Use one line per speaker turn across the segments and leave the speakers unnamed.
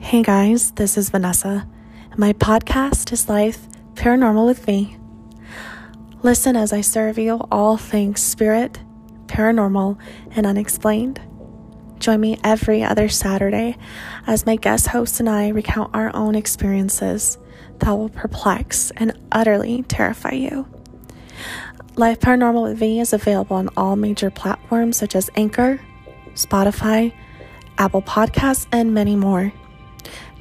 Hey guys, this is Vanessa. My podcast is Life Paranormal with Me. Listen as I survey all things spirit, paranormal, and unexplained. Join me every other Saturday as my guest host and I recount our own experiences that will perplex and utterly terrify you. Life Paranormal with Me is available on all major platforms such as Anchor, Spotify, Apple Podcasts, and many more.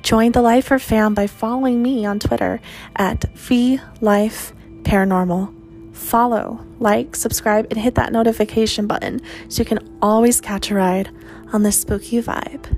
Join the Lifer fam by following me on Twitter at Life Paranormal. Follow, like, subscribe, and hit that notification button so you can always catch a ride on this spooky vibe.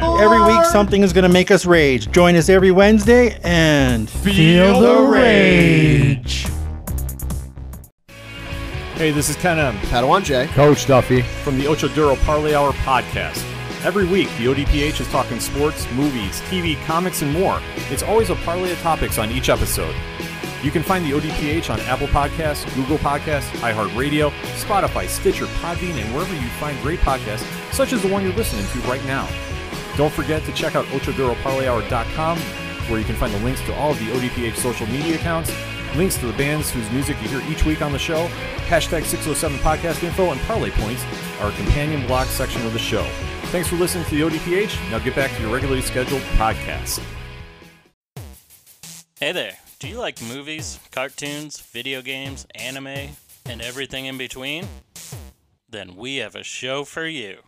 Every week, something is going to make us rage. Join us every Wednesday and
Feel the rage.
Hey, this is Ken M.
Padawan J.
Coach Duffy.
from the Ocho Duro Parlay Hour podcast. Every week, the ODPH is talking sports, movies, TV, comics, and more. It's always a parlay of topics on each episode. You can find the ODPH on Apple Podcasts, Google Podcasts, iHeartRadio, Spotify, Stitcher, Podbean, and wherever you find great podcasts, such as the one you're listening to right now. Don't forget to check out OchoDuroParlayHour.com, where you can find the links to all of the ODPH social media accounts, links to the bands whose music you hear each week on the show, hashtag 607 podcast info, and parlay points, our companion blog section of the show. Thanks for listening to the ODPH. Now get back to your regularly scheduled podcast.
Hey there, do you like movies, cartoons, video games, anime, and everything in between? Then we have a show for you.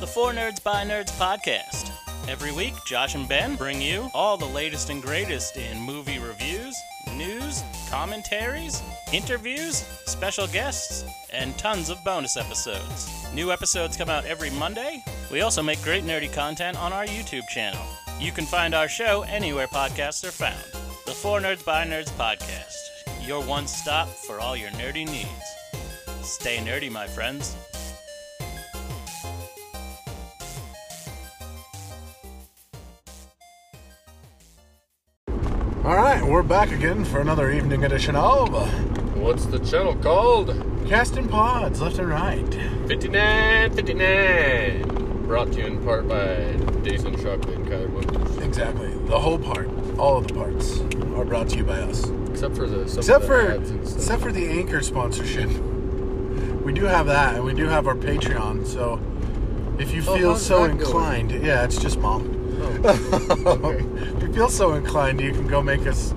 The Four Nerds by Nerds podcast. Every week, Josh and Ben bring you all the latest and greatest in movie reviews, news, commentaries, interviews, special guests, and tons of bonus episodes. New episodes come out every Monday. We also make great nerdy content on our YouTube channel. You can find our show anywhere podcasts are found. The Four Nerds by Nerds podcast, your one stop for all your nerdy needs. Stay nerdy, my friends.
All right, we're back again for another evening edition of uh,
What's the channel called?
Casting Pods Left and Right.
5959. Brought to you in part by Days on Chocolate and Kyler Wilkins.
Exactly. The whole part, all of the parts, are brought to you by us.
Except for the some
Except
of the
for
ads and stuff.
except for the anchor sponsorship. We do have that, and we do have our Patreon. So if you
Oh,
feel
how's
so
that going? Oh,
inclined, yeah, it's just mom. if you feel so inclined, you can go make us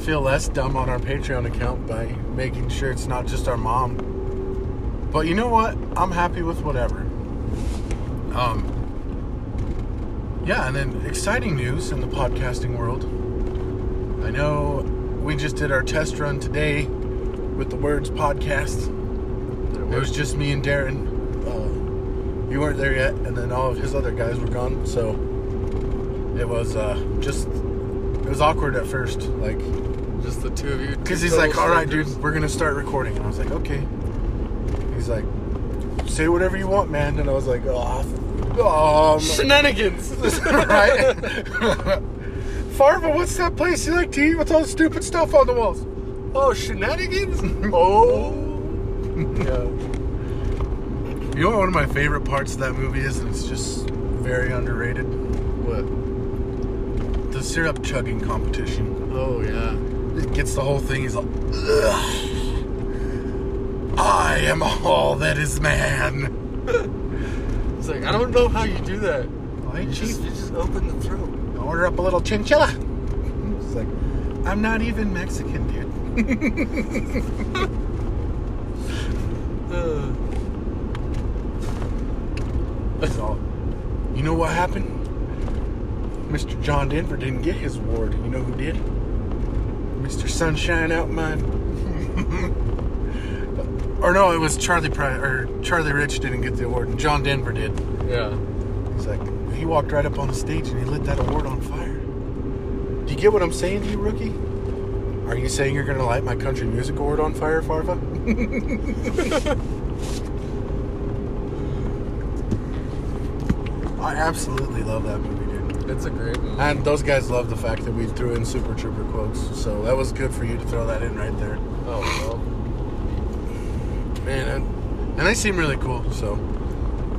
feel less dumb on our Patreon account by making sure it's not just our mom. But you know what? I'm happy with whatever. Um. Yeah, and then exciting news in the podcasting world. I know we just did our test run today with the Words podcast. It was just me and Darren. Uh, you weren't there yet, and then all of his other guys were gone. So it was uh, just it was awkward at first, like
just the two of you.
because he's like, "All right, dude, we're gonna start recording," and I was like, "Okay." He's like, "Say whatever you want, man," and I was like, "Oh, f- oh
Shenanigans.
right? Farva, what's that place you like to eat with all the stupid stuff on the walls? Oh, shenanigans? oh. You know what one of my favorite parts of that movie is, and it's just very underrated?
what?
The syrup chugging competition.
Oh yeah.
It gets the whole thing, he's like, Ugh. I am all that is man.
It's like I don't know how you do that.
Why,
You
Chief?
just you just open the throat.
order up a little chinchilla. It's like, I'm not even Mexican, dude. Uh, So, you know what happened? Mr. John Denver didn't get his award. You know who did? Mr. Sunshine out mine. or no, it was Charlie Pri- or Charlie Rich didn't get the award, and John Denver did.
Yeah.
He's like, he walked right up on the stage and he lit that award on fire. You get what I'm saying to you, rookie? Are you saying you're going to light my country music award on fire, Farva? I absolutely love that movie, dude.
It's a great movie.
And those guys love the fact that we threw in Super Trooper quotes, so that was good for you to throw that in right there.
Oh,
Man, and, and they seem really cool, so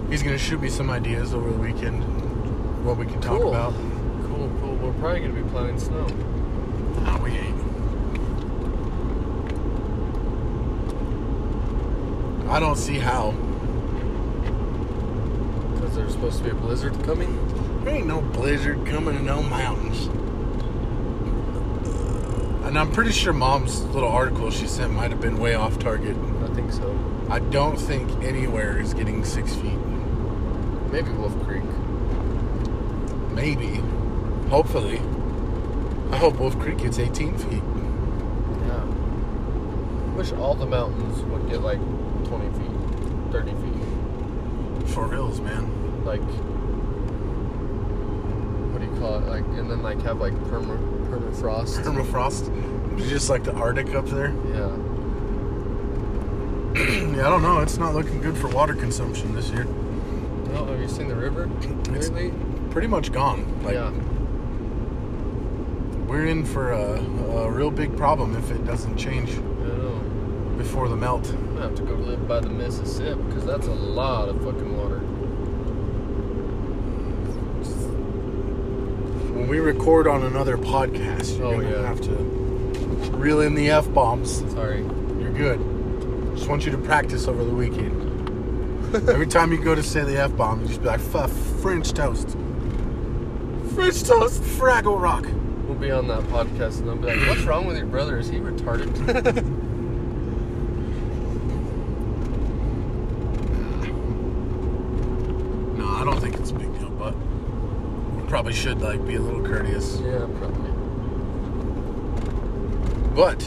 he's going to shoot me some ideas over the weekend what we can talk
Cool.
about.
well. Cool, cool. We're probably going to be plowing snow.
No, we ain't. I don't see how.
Because there's supposed to be a blizzard coming.
There ain't no blizzard coming to no mountains. And I'm pretty sure mom's little article she sent might have been way off target.
I think so.
I don't think anywhere is getting six feet.
Maybe Wolf Creek.
Maybe. Hopefully. I hope Wolf Creek gets 18 feet.
Yeah. Wish all the mountains would get like 20 feet, 30 feet.
For reals, man.
Like, what do you call it? Like, and then like have like perma permafrost.
Permafrost. Just like the Arctic up there.
yeah.
Yeah, I don't know. It's not looking good for water consumption this year.
No, have you seen the river
It's-
lately?
Pretty much gone. Like,
yeah.
We're in for a, a real big problem if it doesn't change
I know.
before the melt.
I'm gonna have to go live by the Mississippi because that's a lot of fucking water.
When we record on another podcast, you're
Oh,
gonna
yeah.
have to reel in the f bombs.
Sorry.
You're good. Just want you to practice over the weekend. Every time you go to say the f bomb, you just be like, "Fuck French toast, French toast, Fraggle Rock."
We'll be on that podcast and they'll be like, "What's wrong with your brother? Is he retarded?"
No, I don't think it's a big deal, but we probably should like be a little courteous.
yeah, probably.
But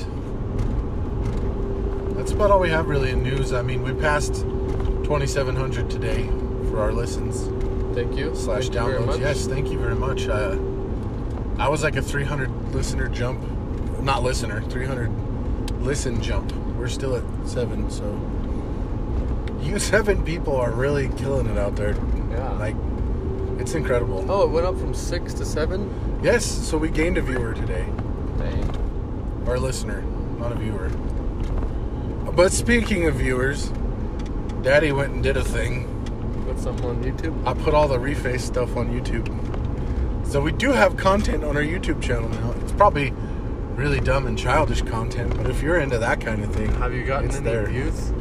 that's about all we have really in news. I mean, we passed 2,700 today for our listens
Thank you.
slash
Thank you very
downloads.
much.
Yes, thank you very much. Uh, I was like a 300 listener jump, not listener, 300 listen jump. We're still at seven, so you seven people are really killing it out there.
Yeah.
Like, it's incredible.
Oh, it went up from six to seven.
Yes, so we gained a viewer today.
Dang.
or listener, not a viewer. But speaking of viewers, Daddy went and did a thing.
Put something on YouTube.
I put all the reface stuff on YouTube. So we do have content on our YouTube channel now. It's probably really dumb and childish content, but if you're into that kind of thing,
Have you gotten
it's
any
there.
views?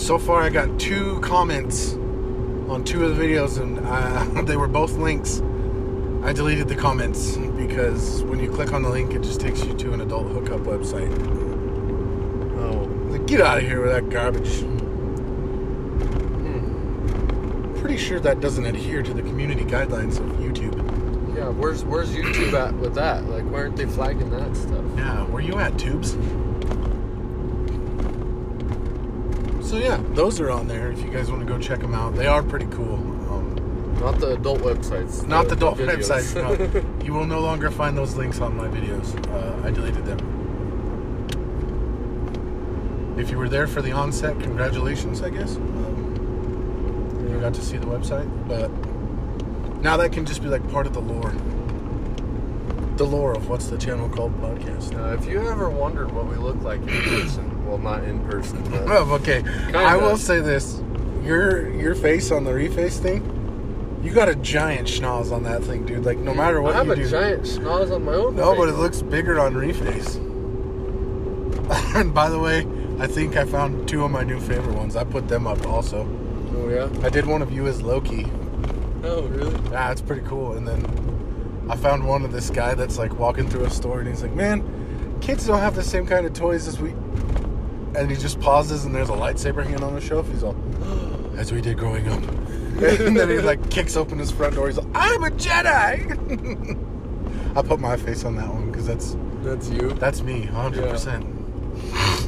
So far, I got two comments on two of the videos, and uh, they were both links. I deleted the comments because when you click on the link, it just takes you to an adult hookup website.
Oh.
Like, Get out of here with that garbage. Hmm. Pretty sure that doesn't adhere to the community guidelines of YouTube.
Yeah. Where's Where's YouTube at with that? Like, why aren't they flagging that stuff?
Yeah, where you at, tubes? So yeah, those are on there if you guys want to go check them out. They are pretty cool. Um,
Not the adult websites.
not the adult
videos.
websites. No. you will no longer find those links on my videos. Uh, I deleted them. If you were there for the onset, congratulations, I guess. Um, You got to see the website, but now that can just be like part of the lore. The lore of what's the channel called podcast.
Uh, if you ever wondered what we look like in person, well, not in person, but
Oh, okay. I will
of.
say this: your your face on the reface thing, you got a giant schnoz on that thing, dude. Like no matter what
I have
you
a
do,
giant schnoz on my own. Oh,
no, but
face.
it looks bigger on reface. and by the way, I think I found two of my new favorite ones. I put them up also.
Oh yeah.
I did one of you as Loki,
Oh really?
Ah, it's pretty cool. And then I found one of this guy that's like walking through a store and he's like, Man, kids don't have the same kind of toys as we. And he just pauses and there's a lightsaber hanging on the shelf. He's all, As we did growing up. and then he like kicks open his front door. He's like, I'm a Jedi! I put my face on that one because that's
That's you.
that's me, 100%.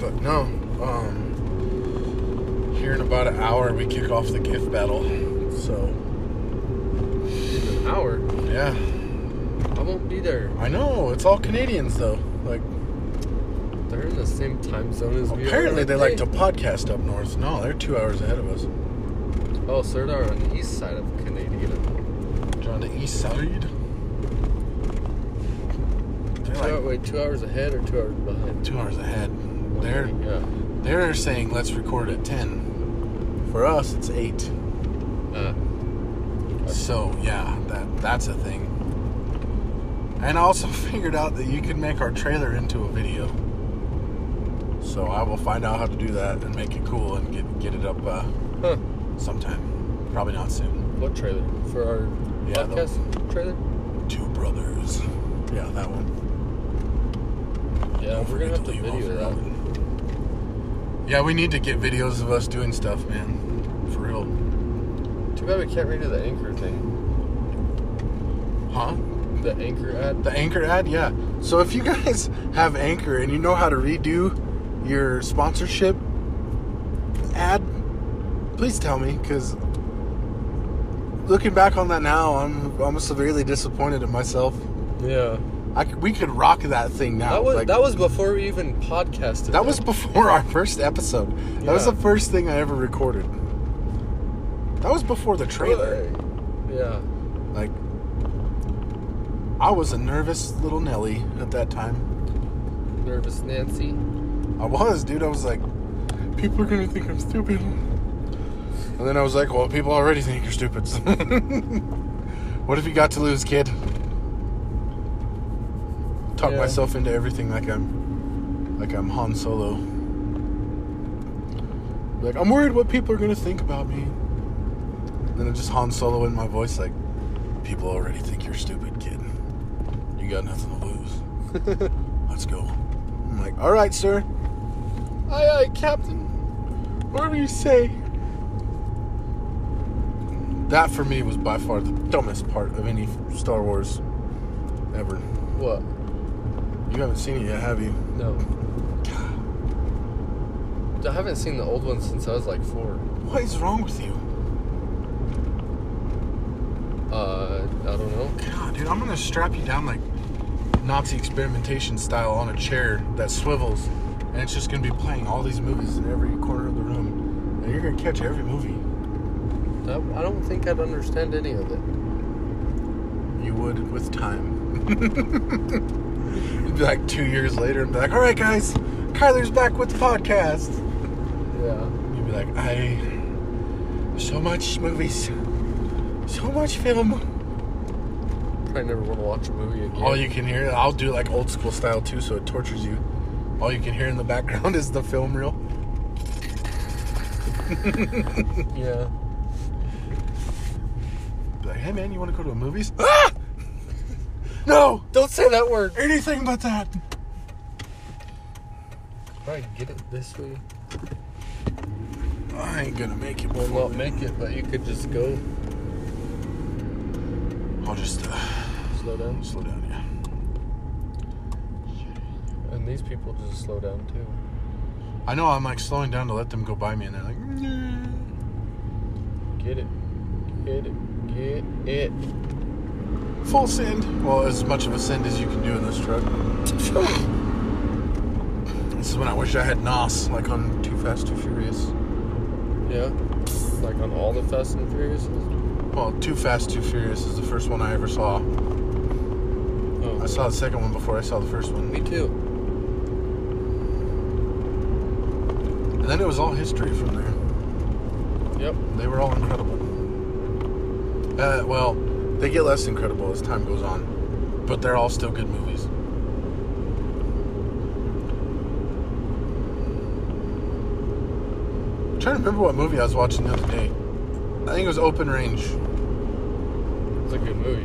But no, um, here in about an hour, we kick off the gift battle. So,
an hour.
Yeah.
I won't be there.
I know. It's all Canadians, though. Like,
They're in the same time zone as we are.
apparently they like to
Hey.
podcast up north. No, they're two hours ahead of us.
Oh, so they're on the east side of Canada.
They're on the east side. They're
Two hour,
like
wait, two hours ahead or two hours behind?
two hours ahead. They're
Yeah.
they're saying let's record at ten. For us, it's eight.
Uh,
So yeah, that that's a thing. And I also figured out that you can make our trailer into a video. So I will find out how to do that and make it cool and get get it up uh,
huh.
sometime. Probably not soon.
What trailer? For our
Yeah, the-
podcast trailer?
Two brothers. Yeah, that one.
Yeah, we're gonna have to
leave off
video that.
one. Yeah, we need to get videos of us doing stuff, man. For real.
Too bad we can't redo the anchor thing.
Huh?
The anchor ad.
The Anchor ad, yeah. So if you guys have Anchor and you know how to redo your sponsorship ad, please tell me because looking back on that now, I'm I'm severely disappointed in myself.
Yeah.
I could, we could rock that thing now.
That was
Like,
that was before we even podcasted.
that was before our first episode. That was
Yeah.
the first thing I ever recorded. That was before the trailer.
Yeah.
Like, I was a nervous little Nelly at that time.
Nervous Nancy.
I was, dude. I was like, people are gonna think I'm stupid. And then I was like, well, people already think you're stupid. so what have you got to lose, kid? Talk
Yeah.
myself into everything like I'm, like I'm Han Solo. Like I'm worried what people are gonna think about me. And then I'm just Han Solo in my voice, like, people already think you're stupid, kid. You got nothing to lose. Let's go. I'm like, all right, sir. Aye, aye, Captain. Whatever you say. That for me was by far the dumbest part of any Star Wars ever.
What?
You haven't seen it yet, have you?
No. I haven't seen the old one since I was like four.
What is wrong with you?
Uh, I don't know.
God, dude, I'm gonna strap you down like Nazi experimentation style on a chair that swivels, and it's just gonna be playing all these movies in every corner of the room, and you're gonna catch every movie.
I, I don't think I'd understand any of it.
you would with time. It'd be like two years later and be like, all right, guys, Kyler's back with the podcast.
Yeah.
You'd be like, I. So much movies, so much film.
Probably never want to watch a movie again.
All you can hear, I'll do like old school style too, so it tortures you. All you can hear in the background is the film reel.
Yeah.
Be like, hey man, you want to go to the movies? Ah! No!
Don't say that word.
Anything but that!
Probably get it this way.
I ain't gonna make it,
Well,
boy.
not make it, but you could just go
I'll just uh,
slow down.
slow down, yeah.
And these people just slow down too.
I know I'm like slowing down to let them go by me, and they're like, "Mm, "Nah."
Get it. Get it. Get it.
full send. Well, as much of a send as you can do in this truck. this is when I wish I had NOS, like on Too Fast, Too Furious.
Yeah. Like on all the Fast and Furious.
Well, Too Fast, Too Furious is the first one I ever saw.
Oh.
I saw the second one before I saw the first
Me
one.
too.
And then it was all history from there.
Yep.
They were all incredible. Uh, well, they get less incredible as time goes on, but they're all still good movies. I'm trying to remember what movie I was watching the other day. I think it was Open Range,
It's a good movie.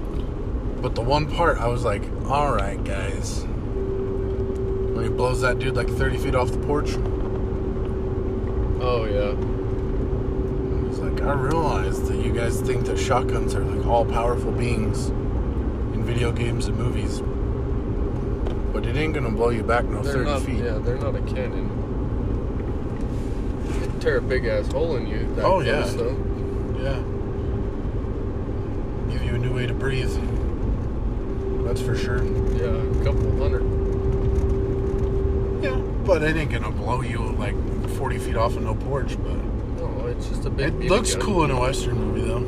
but the one part I was like, all right, guys. When he blows that dude like 30 feet off the porch,
Oh yeah.
it's like, I realize that you guys think that shotguns are like all powerful beings in video games and movies, but it ain't gonna blow you back no
They're
30
not.
feet.
Yeah, they're not a cannon. They tear a big ass hole in you. That
Oh, yeah.
close, though.
Yeah. give you a new way to breathe. That's for sure.
Yeah, a couple hundred.
Yeah, but it ain't gonna blow you like 40 feet off of no porch. But
No, it's just a big.
it
BB
looks
gun.
cool in a western movie though.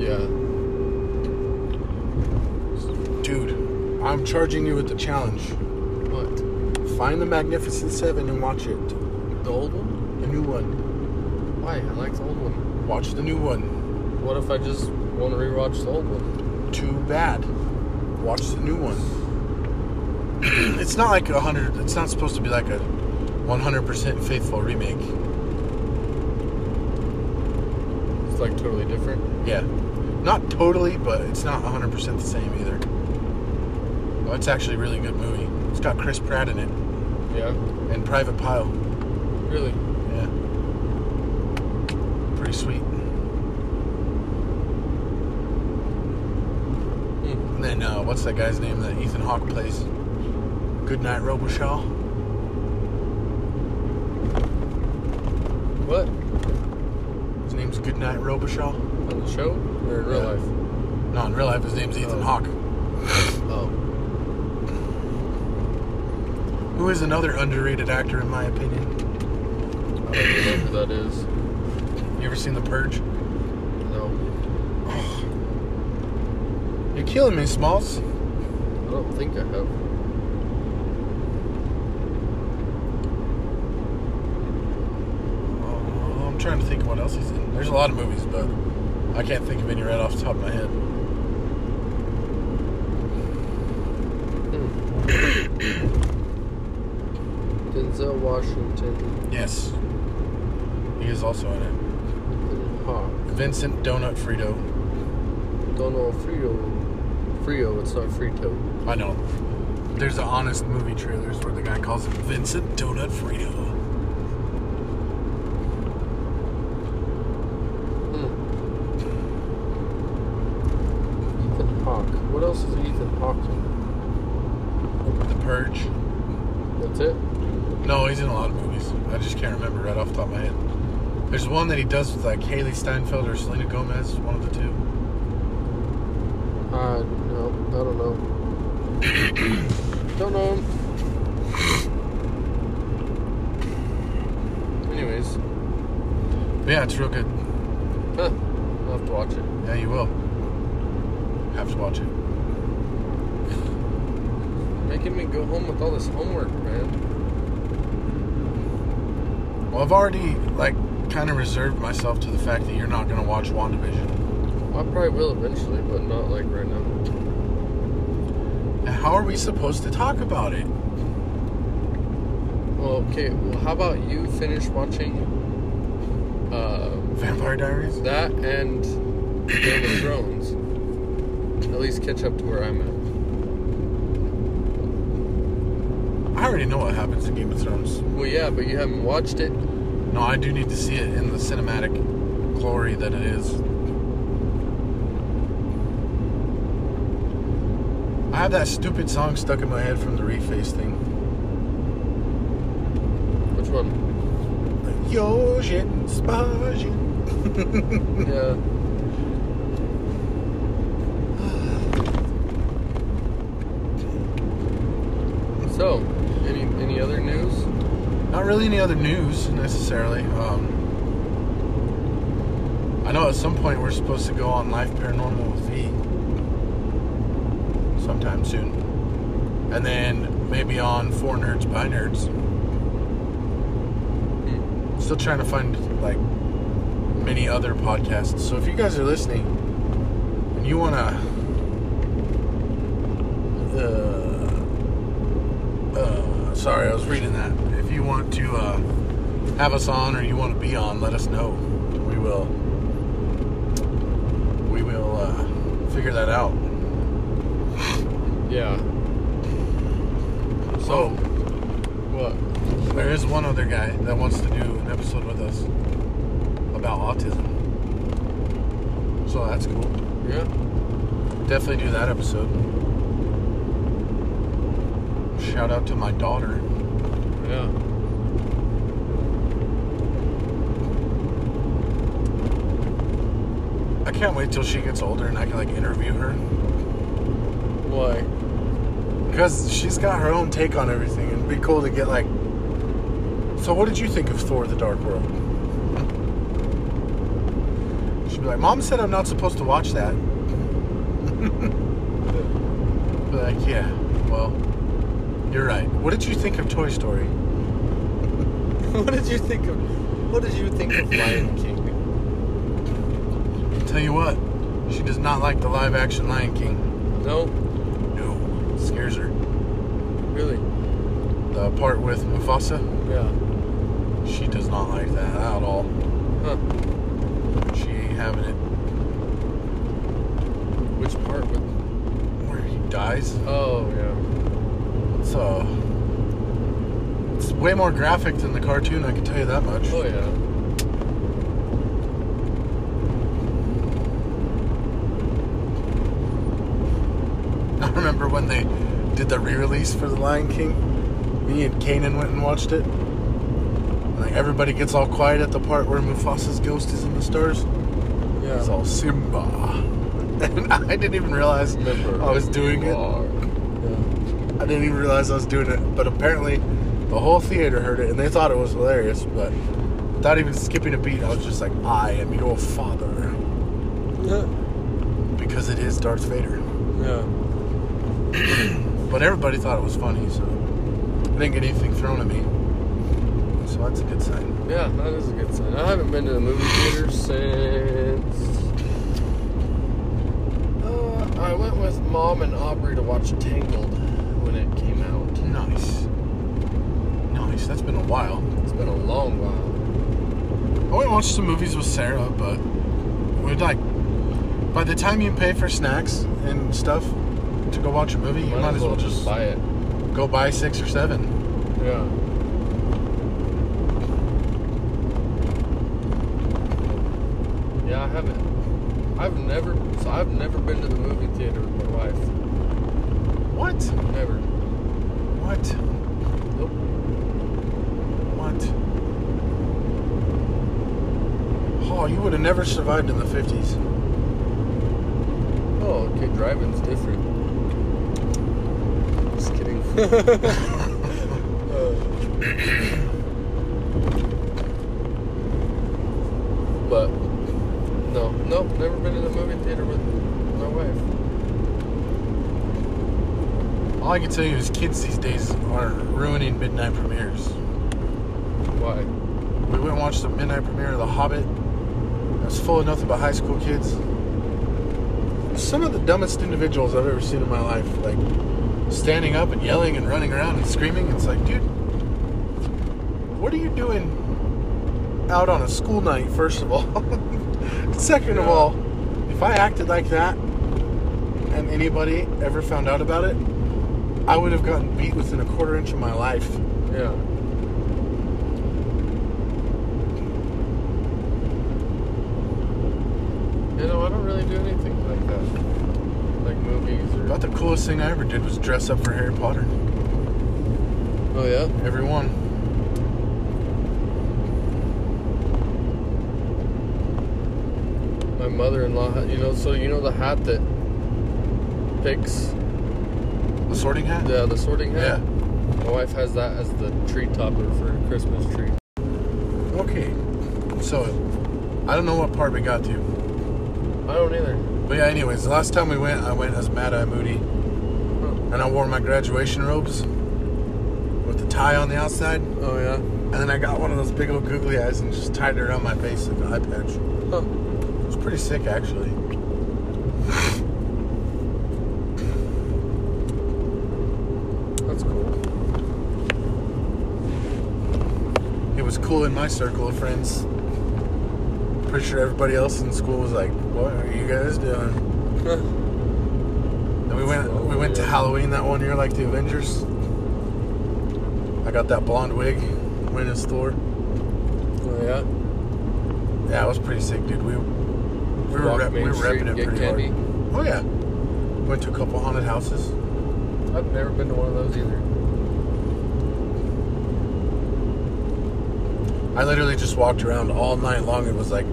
Yeah.
Dude, I'm charging you with the challenge.
What?
Find the Magnificent Seven and watch it.
The old one?
The new one.
Why? I like the old one.
Watch the new one.
What if I just want to rewatch the old one?
Too bad. Watch the new one. it's not like a hundred. It's not supposed to be like a 100% faithful remake.
It's like totally different.
Yeah. Not totally, but it's not 100% the same either. Well, it's actually a really good movie. It's got Chris Pratt in it
Yeah.
and Private Pile.
Really?
Yeah. Pretty sweet. And then, uh, what's that guy's name that Ethan Hawke plays? Goodnight Robichaud?
What?
His name's Goodnight Robichaud?
On the show or in real
Yeah.
life?
No, in real life, his name's Ethan
Oh.
Hawke.
Oh.
Who is another underrated actor, in my opinion.
I don't know who that is.
You ever seen The Purge?
No.
You're killing me, Smalls.
I don't think I have.
Uh, I'm trying to think what else he's in. There's a lot of movies, but I can't think of any right off the top of my head.
Hmm. Denzel Washington,
Yes. He is also in it.
Ethan Hawke,
Vincent Donut Frito.
Donald Frio. Frio, it's not Frito.
I know. There's the honest movie trailers where the guy calls him Vincent Donut Frito.
Hmm. Ethan Hawke. What else is Ethan Hawke in?
The Purge.
That's it?
No, he's in a lot of movies. I just can't remember right off the top of my head. There's one that he does with like Haley Steinfeld or Selena Gomez, one of the two.
Uh, no, I don't know. don't know him. Anyways,
But yeah, it's real good.
huh, I'll have to watch it.
Yeah, you will. Have to watch it.
Making me go home with all this homework, man.
Well, I've already like kind of reserved myself to the fact that you're not going to watch WandaVision.
I probably will eventually, but not like right now.
And how are we supposed to talk about it?
Well, okay, well, how about you finish watching uh,
Vampire Diaries?
that and Game of Thrones? At least catch up to where I'm at.
I already know what happens in Game of Thrones.
Well, yeah, but you haven't watched it.
No, I do need to see it in the cinematic glory that it is. I have that stupid song stuck in my head from the Reface thing.
Which one?
Yo, shit, spy shit.
yeah. So, any any other news?
Not really any other news necessarily. Um, I know at some point we're supposed to go on Life Paranormal with V sometime soon. And then maybe on Four Nerds by Nerds. Still trying to find like many other podcasts. So if you guys are listening and you want to uh, uh, sorry, I was reading that. If you want to uh, have us on or you want to be on, let us know. We will. We will uh, figure that out.
Yeah.
So
What?
there is one other guy that wants to do an episode with us about autism. So that's cool.
Yeah.
Definitely do that episode. Shout out to my daughter.
Yeah.
I can't wait till she gets older and I can like interview her
Why?
because she's got her own take on everything. It'd be cool to get like. So, what did you think of Thor: The Dark World? She'd be like, "Mom said I'm not supposed to watch that." be like, yeah, well, you're right. What did you think of Toy Story?
what did you think of? What did you think of Lion King?
Tell you what, she does not like the live-action Lion King.
No,
No, scares her.
really?
The part with Mufasa,
Yeah.
she does not like that at all.
Huh.
She ain't having it.
Which part? With?
Where he dies.
Oh yeah.
It's uh, it's way more graphic than the cartoon. I can tell you that much.
Oh yeah.
I remember when they did the re-release for The Lion King. Me and Kanan went and watched it. And, like everybody gets all quiet at the part where Mufasa's ghost is in the stars.
Yeah.
It's all Simba. And I didn't even realize
Remember
I was doing it.
Are. Yeah.
I didn't even realize I was doing it, but apparently the whole theater heard it and they thought it was hilarious. But without even skipping a beat, I was just like, I am your father.
Yeah.
Because it is Darth Vader.
Yeah.
But everybody thought it was funny, so I didn't get anything thrown at me. So that's a good sign.
Yeah, that is a good sign. I haven't been to the movie theater since. Uh, I went with mom and Aubrey to watch Tangled when it came out.
Nice. Nice. That's been a while.
It's been a long while.
I went and watched some movies with Sarah, but we'd like by the time you pay for snacks and stuff to go watch a movie, you might, as well just
buy it.
go buy six or seven.
Yeah. Yeah, I haven't. I've never. So I've never been to the movie theater with my wife.
What?
Never.
What?
Nope.
What? Oh, you would have never survived in the 50s.
Oh, okay. Driving's different. Just kidding. but no, nope. Never been in a movie theater with my wife.
All I can tell you is kids these days are ruining midnight premieres.
Why?
We went and watched the midnight premiere of The Hobbit. It was full of nothing but high school kids. Some of the dumbest individuals I've ever seen in my life, like standing up and yelling and running around and screaming. It's like, dude, what are you doing out on a school night, first of all? Second of
Yeah.
all, if I acted like that and anybody ever found out about it, I would have gotten beat within a quarter inch of my life.
Yeah. You know, I don't really do anything like that. Like movies or.
About the coolest thing I ever did was dress up for Harry Potter.
Oh, yeah?
Every one.
My mother-in-law, had- you know, so you know the hat that picks
The sorting hat?
the the sorting
Yeah.
hat. My wife has that as the tree topper for her Christmas tree.
Okay. So, I don't know what part we got to.
I don't either.
But yeah, anyways, the last time we went, I went as Mad Eye Moody. And I wore my graduation robes with the tie on the outside.
Oh yeah.
And then I got one of those big old googly eyes and just tied it around my face like an eye patch.
Huh.
It was pretty sick, actually.
That's cool.
It was cool in my circle of friends. Pretty sure everybody else in school was like, "What are you guys doing?"
Oh,
And we went we went to Halloween that one year like the Avengers. I got that blonde wig, went as Thor.
Oh yeah.
Yeah, it was pretty sick, dude. We we were
Walk
rep, we
Main
were
Street
repping
and
it
get
pretty
candy.
hard. Oh yeah, went to a couple haunted houses.
I've never been to one of those either.
I literally just walked around all night long and was like,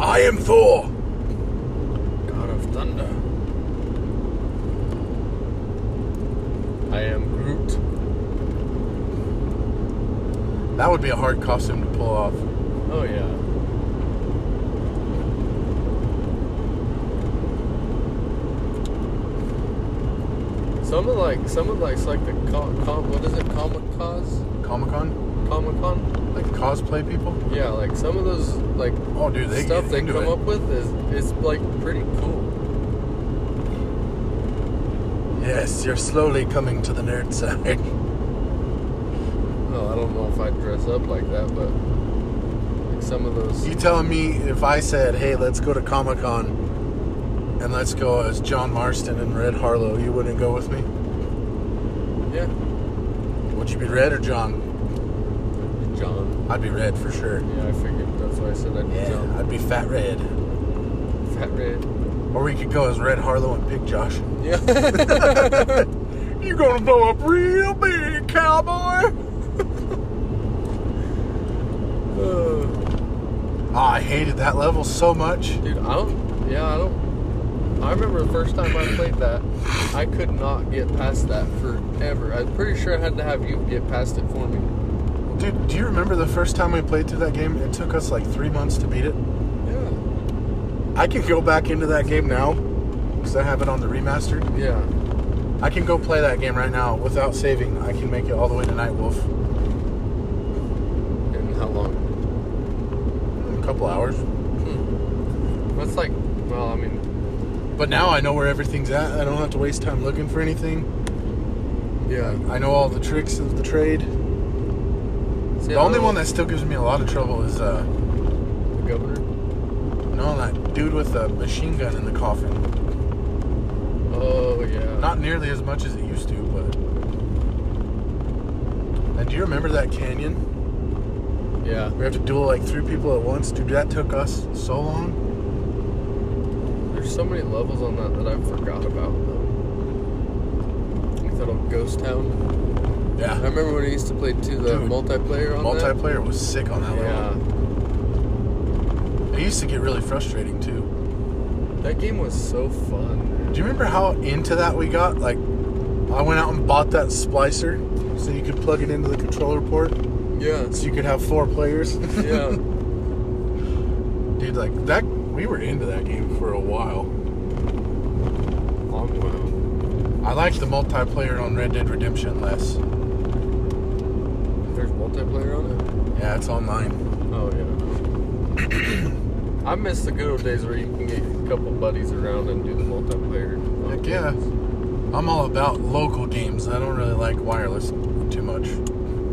"I am Thor."
thunder. I am Groot.
That would be a hard costume to pull off.
Oh yeah. Some of like some of like like the com, com what is it comic cause
Comic Con,
comic con
like cosplay people.
yeah like some of those like
Oh, dude, they
stuff
get
they
into
come
it.
up with is it's like pretty cool
Yes, you're slowly coming to the nerd side.
well I don't know if I'd dress up like that but like some of those
You telling me if I said, "Hey, let's go to Comic Con and let's go as John Marston and Red Harlow," you wouldn't go with me?
yeah
Would you be Red or John?
John
I'd be Red for sure.
yeah I figured that's why I said I'd be
Yeah,
John
I'd be Fat Red.
Fat Red
Or we could go as Red Harlow and Big Josh.
yeah
You're gonna blow up real big, cowboy.
Uh,
Oh, I hated that level so much.
dude I don't yeah I don't I remember the first time I played that I could not get past that forever I'm pretty sure I had to have you get past it for me
Dude, do you remember the first time we played through that game? It took us like three months to beat it.
yeah
I could go back into that game now because I have it on the remastered.
yeah
I can go play that game right now without saving. I can make it all the way to Night Wolf
and how long
in a couple hours.
That's like, well, I mean,
But now I know where everything's at. I don't have to waste time looking for anything.
yeah.
I know all the tricks of the trade.
See,
The only one that still gives me a lot of trouble is uh,
the governor.
no, that dude with the machine gun in the coffin.
Oh yeah.
Not nearly as much as it used to, but. And do you remember that canyon?
yeah.
We have to duel like three people at once. Dude, that took us so long.
There's so many levels on that that I forgot about. Though. Like that old Ghost Town. I
Yeah.
remember when I used to play to the
Dude,
multiplayer on that.
Multiplayer was sick on that level.
Yeah.
It used to get really frustrating too.
That game was so fun.
Do you remember how into that we got? Like, I went out and bought that splicer so you could plug it into the controller port
Yeah.
so you could have four players.
Yeah.
Dude, like, that, we were into that game for a while.
Long wow.
I liked the multiplayer on Red Dead Redemption less.
There's multiplayer on it.
Yeah, it's online.
Oh yeah. I miss the good old days where you can get a couple buddies around and do the multiplayer.
Heck yeah. I'm all about local games. I don't really like wireless too much.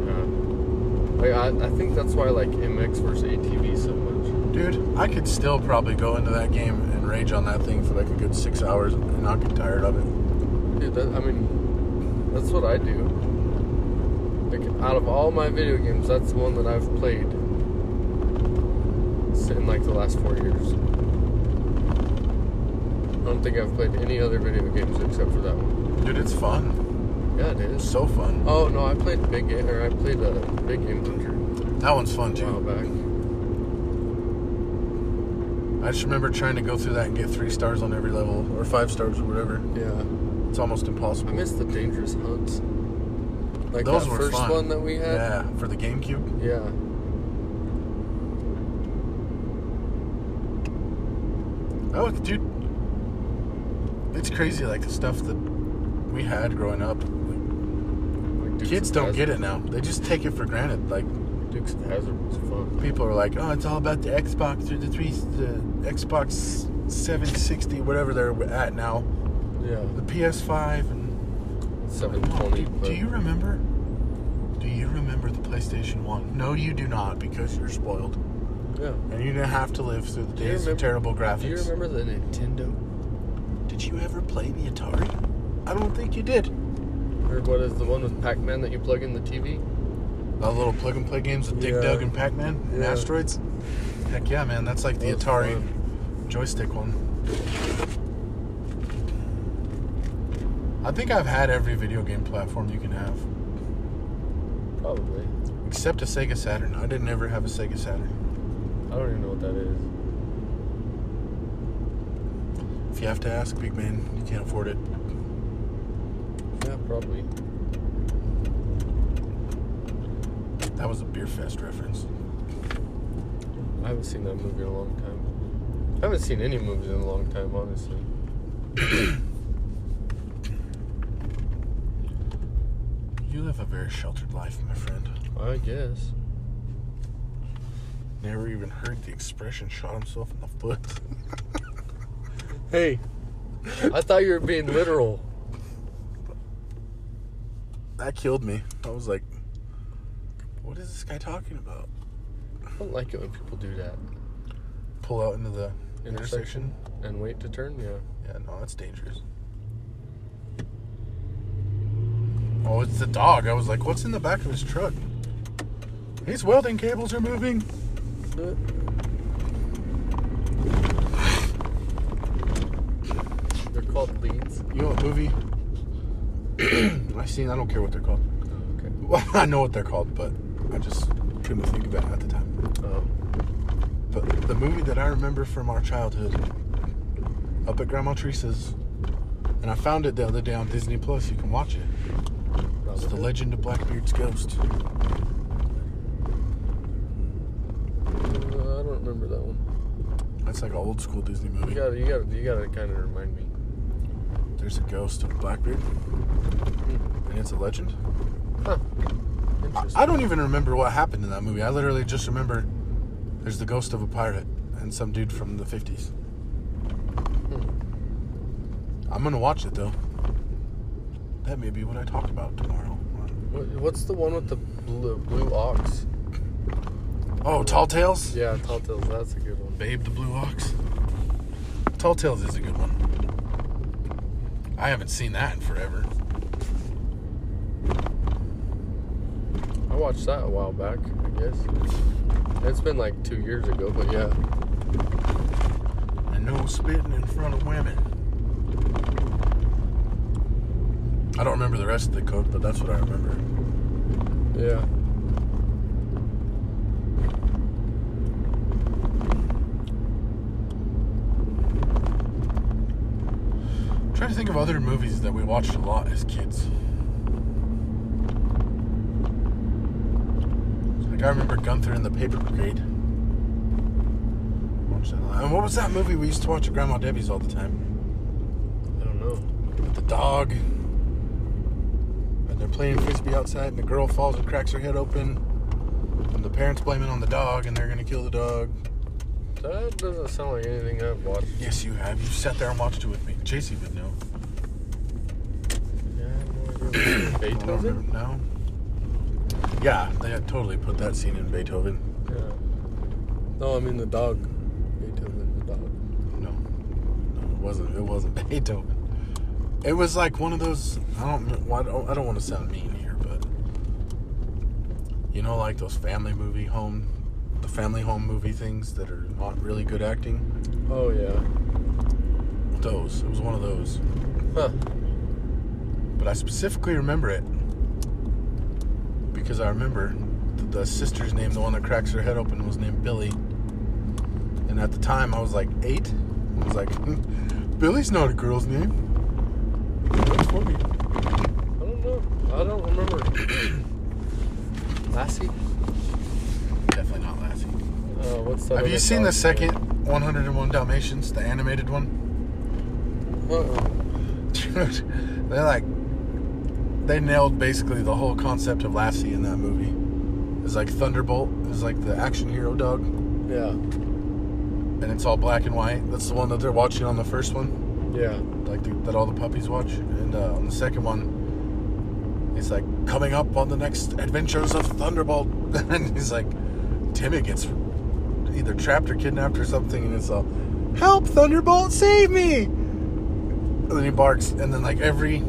Yeah. Like, I, I think that's why I like MX versus ATV so much.
Dude, I could still probably go into that game and rage on that thing for like a good six hours and not get tired of it.
Dude, that, I mean, that's what I do. Like, out of all my video games, that's the one that I've played s- in like the last four years. I don't think I've played any other video games except for that one.
Dude, it's fun.
Yeah, it
It's
is.
so fun.
Oh no, I played Big Game, or I played uh, Big Game Hunter a
That one's fun too.
while back.
I just remember trying to go through that and get three stars on every level, or five stars, or whatever.
Yeah.
It's almost
I
impossible.
miss the dangerous hunts. Like
Those
that
were
first
fun.
one that we had.
Yeah, for the GameCube.
Yeah.
Oh, dude, it's crazy. Like the stuff that we had growing up. Like,
Like Dukes
kids
of
don't
Hazzard-
get it now. They just take it for granted. Like
Dukes of Hazard was fun.
people are like, oh, it's all about the Xbox or the three, the Xbox 760, whatever they're at now,
Yeah.
the PS5. And
Seven
do you remember? Do you remember the PlayStation One? No, you do not, because you're spoiled.
Yeah.
And you didn't have to live through the
you
days
remember-
of terrible graphics.
Do you remember the Nintendo?
Did you ever play the Atari? I don't think you did.
Or what is the one with Pac-Man that you plug in the TV?
The little plug and play games with Dig
Yeah.
Dug and Pac Man and
Yeah.
Asteroids? Heck yeah, man. That's like the
That was
Atari joystick one. I think I've had every video game platform you can have,
Probably.
except a Sega Saturn. I didn't ever have a Sega Saturn.
I don't even know what that is.
If You have to ask, big man. You can't afford it.
Yeah, probably.
That was a beer fest reference.
I haven't seen that movie in a long time. I haven't seen any movies in a long time, honestly.
You live a very sheltered life, my friend.
I guess.
Never even heard the expression shot himself in the foot.
Hey, I thought you were being literal.
that killed me. I was like, what is this guy talking about?
I don't like it when people do that.
Pull out into the intersection.
Intersection and wait to turn. Yeah.
Yeah, no, that's dangerous. Oh, it's the dog. I was like, what's in the back of his truck? His welding cables are moving.
They're called leads.
You know what movie? I seen. I don't care what they're called.
Okay.
Well, I know what they're called, but I just couldn't think of it at the time.
Oh.
But the movie that I remember from our childhood, up at Grandma Teresa's, and I found it the other day on Disney Plus. You can watch it. It's The Legend of Blackbeard's Ghost.
Uh, I don't remember that one.
That's like an old school Disney
You
movie.
gotta, you gotta, you gotta kind of remind me.
There's a ghost of Blackbeard, and it's a legend.
Huh.
I-
Interesting.
I don't even remember what happened in that movie. I literally just remember there's the ghost of a pirate and some dude from the 50s. Hmm. I'm gonna watch it though. That may be what I talk about tomorrow.
What, what's the one with the blue, blue ox?
Oh, Tall Tales?
Yeah, Tall Tales. That's a good one.
Babe the Blue Ox. Tall Tales is a good one. I haven't seen that in forever.
I watched that a while back. I guess it's been like two years ago, but yeah.
And no spitting in front of women. I don't remember the rest of the code, but that's what I remember.
Yeah.
trying to think of other movies that we watched a lot as kids. Like I remember Gunther and the Paper Brigade. Watched that a lot. And what was that movie we used to watch at Grandma Debbie's all the time?
I don't know.
With the dog. And they're playing frisbee outside, and the girl falls and cracks her head open. And the parents blame it on the dog, and they're gonna kill the dog.
That doesn't sound like anything I've watched.
Yes, you have. You sat there and watched it with me. JC would know.
Yeah, I have no idea.
I don't
Beethoven?
remember now. Yeah, they had totally put that scene in Beethoven.
Yeah. No, I mean the dog. Beethoven, the dog.
No, no, it wasn't. It wasn't Beethoven. It was like one of those. I don't. well, I don't, I don't want to sound mean here, but you know, like those family movie home, the family home movie things that are not really good acting.
Oh yeah.
Those. It was one of those.
Huh.
But I specifically remember it because I remember th- the sister's name, the one that cracks her head open, was named Billy. And at the time, I was like eight. I was like, "Hmm, Billy's not a girl's name. That's funny.
I don't know. I don't remember. Lassie?
Definitely not Lassie.
Uh, what's that?
Have you
other
seen the
dog's name?
second 101 Dalmatians, the animated one?
Uh-uh.
Dude, they're like, they nailed basically the whole concept of Lassie in that movie. It's like Thunderbolt, it's like the action hero dog.
Yeah.
and it's all black and white. That's the one that they're watching on the first one,
Yeah.
like the, that all the puppies watch. And uh, on the second one, he's like coming up on the next adventures of Thunderbolt, and he's like, Timmy gets either trapped or kidnapped or something, and it's all, help Thunderbolt, save me! And then he barks, and then like every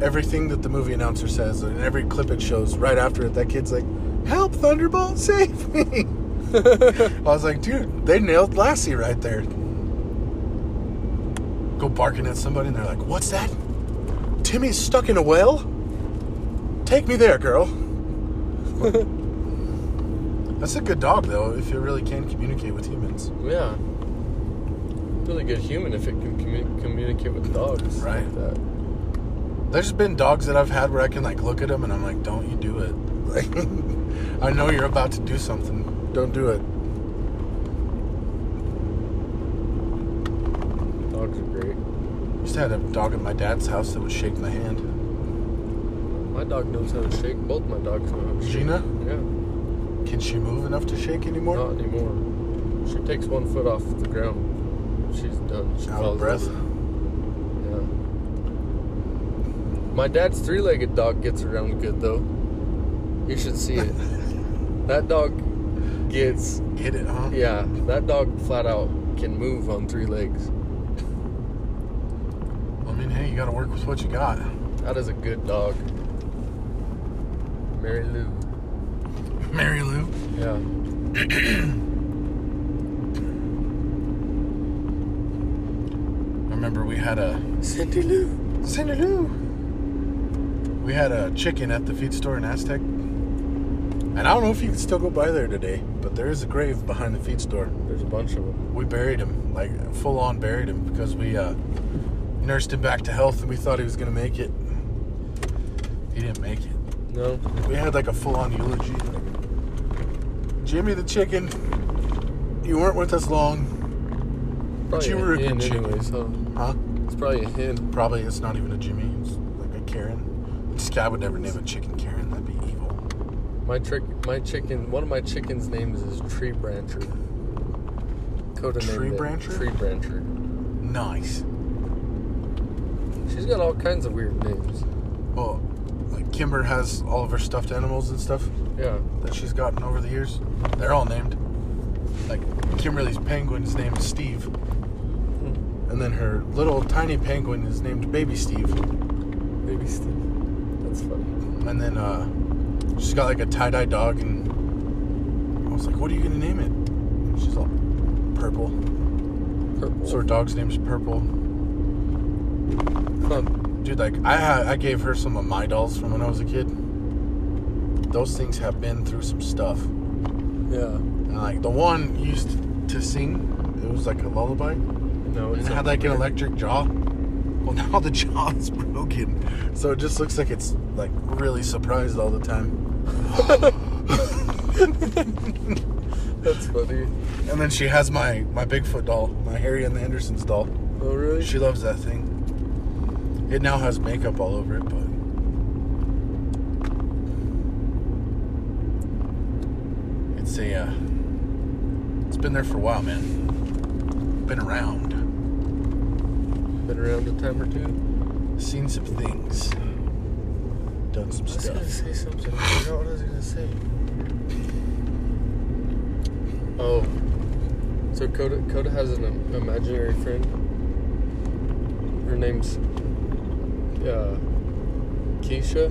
everything that the movie announcer says and every clip it shows right after it, that kid's like, help Thunderbolt, save me! I was like, dude, they nailed Lassie right there. Go barking at somebody, and they're like, what's that? Timmy's stuck in a well? Take me there, girl. That's a good dog, though, if it really can communicate with humans.
Yeah. really good human if it can commu- communicate with dogs.
Right.
Like that.
There's been dogs that I've had where I can like look at them and I'm like, don't you do it. Like, I know you're about to do something. Don't do it.
Dogs are great.
Used to had a dog at my dad's house that would shake my hand.
My dog knows how to shake. Both my dogs know how to shake.
Gina,
Yeah.
can she move enough to shake anymore?
Not anymore. She takes one foot off the ground. She's done. She
Out of
falls
breath.
over. Yeah. My dad's three-legged dog gets around good though. You should see it. that dog gets
Hit it, huh?
yeah. That dog flat out can move on three legs.
I mean, hey, you gotta work with what you got.
That is a good dog. Mary Lou.
Mary Lou.
Yeah.
I remember we had a
Cindy Lou.
Cindy Lou. We had a chicken at the feed store in Aztec. And I don't know if you can still go by there today, but there is a grave behind the feed store.
There's a bunch of them.
We buried him, like full on buried him, because we uh, nursed him back to health and we thought he was gonna make it. He didn't make it.
No.
We had like a full on eulogy. Jimmy the chicken, you weren't with us long,
Probably
you
a
were a
hen
good chick.
anyways, huh?
huh?
It's probably a hen.
Probably it's not even a Jimmy, it's like a Karen. This guy would never name a chicken Karen, that'd be evil.
My trick, my chicken. One of my chickens' names is Tree Brancher. Coda named
Tree
it
Brancher?
Tree Brancher.
Nice.
She's got all kinds of weird names.
Well, like Kimber has all of her stuffed animals and stuff
Yeah.
that she's gotten over the years. They're all named. Like Kimberly's penguin's name is Steve. And then her little tiny penguin is named Baby Steve.
Baby Steve. That's funny.
And then uh, she's got like a tie dye dog, and I was like, "What are you gonna name it?" And she's all purple.
Purple.
So her dog's name's Purple.
Huh.
Dude, like I had, I gave her some of my dolls from when I was a kid. Those things have been through some stuff.
Yeah.
And like the one used to sing, it was like a lullaby, and
No.
it
It's
had like an electric jaw. Well, now the jaw is broken, so it just looks like it's like really surprised all the time.
That's funny.
And then she has my my Bigfoot doll, my Harry and the Hendersons doll.
Oh really?
She loves that thing. It now has makeup all over it, but it's a uh, it's been there for a while, man. Been around,
Been around a time or two.
seen some things, done some stuff.
say something. I forgot what I was gonna say. Oh. So Coda, Coda has an im- imaginary friend. Her name's uh, Keisha.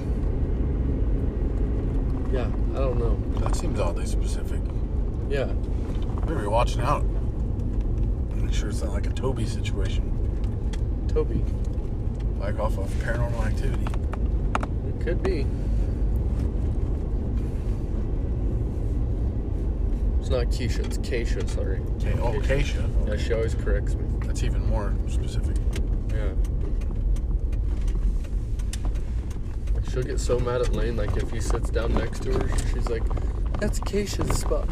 Yeah, I don't know.
That seems oddly specific.
Yeah,
Maybe you're watching out. Make sure it's not like a Toby situation,
Toby.
like off of Paranormal Activity.
It could be. It's not Keisha. It's Keisha. Sorry.
Okay, oh, Keisha.
Yeah, she always corrects me.
That's even more specific.
Yeah. Like, She'll get so mad at Lane, like if he sits down next to her, she's like, "That's Keisha's spot."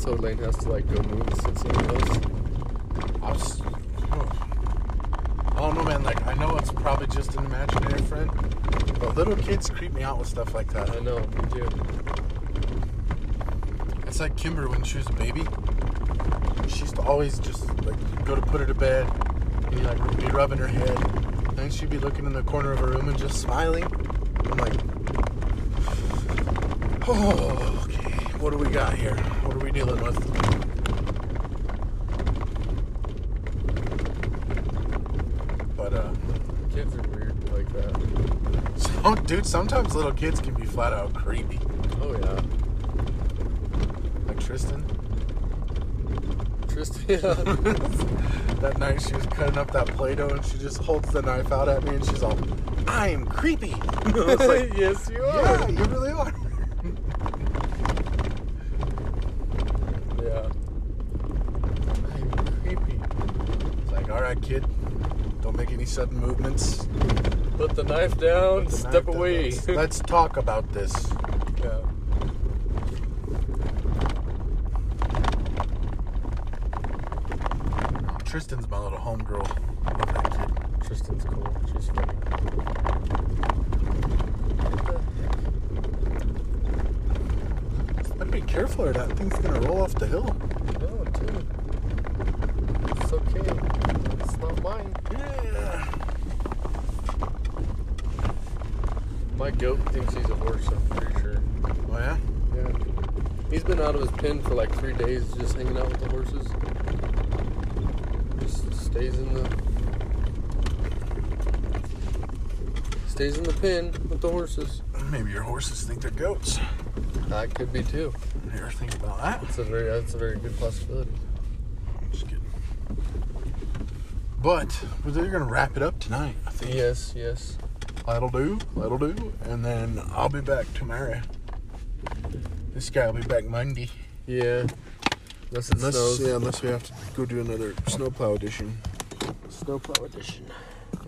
So Lane has to like go move and sit somewhere else.
I was. I don't know, Oh. man. Like, I know it's probably just an imaginary friend, but little kids creep me out with stuff like
I
that.
know, me too.
It's like Kimber when she was a baby. She used to always just like you'd go to put her to bed, and you like be rubbing her head, and then she'd be looking in the corner of her room and just smiling. I'm like, oh, okay. What do we got here? What are we dealing with? But uh.
Kids are weird like that.
So, Oh, dude, sometimes little kids can be flat out creepy.
Oh yeah,
Like Tristan.
Tristan. Yeah.
that night she was cutting up that Play Doh and she just holds the knife out at me and she's all, I am creepy. I was like,
yes, you
yeah,
are.
you really are.
Yeah. I'm creepy.
all right, kid, don't make any sudden movements.
Put the knife down,
The
step
knife down.
away.
Let's, let's talk about this.
yeah.
Tristan's my little homegirl. Love that kid.
Tristan's cool. She's funny.
But be careful or that thing's gonna roll off the hill.
No, dude. It's okay. It's not mine.
Yeah.
My goat thinks he's a horse, I'm pretty sure.
Oh yeah?
Yeah. He's been out of his pen for like three days just hanging out with the horses. Just stays in the stays in the pen with the horses.
Maybe your horses think they're goats.
That could be too.
You ever think about that?
It's a very that's a very good possibility.
Just kidding. But we're they're gonna wrap it up tonight. I think
Yes, yes.
that'll do. That'll do. And then I'll be back tomorrow. This guy will be back Monday.
Yeah. Unless it snows.
unless we have to go do another snowplow edition.
Snowplow edition.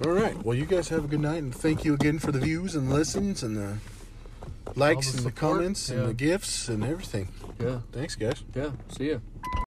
All right. Well, you guys have a good night, and thank you again for the views and listens and the likes
the
and the
support,
comments
yeah.
and the gifts and everything.
Yeah.
Thanks, guys.
Yeah. See ya.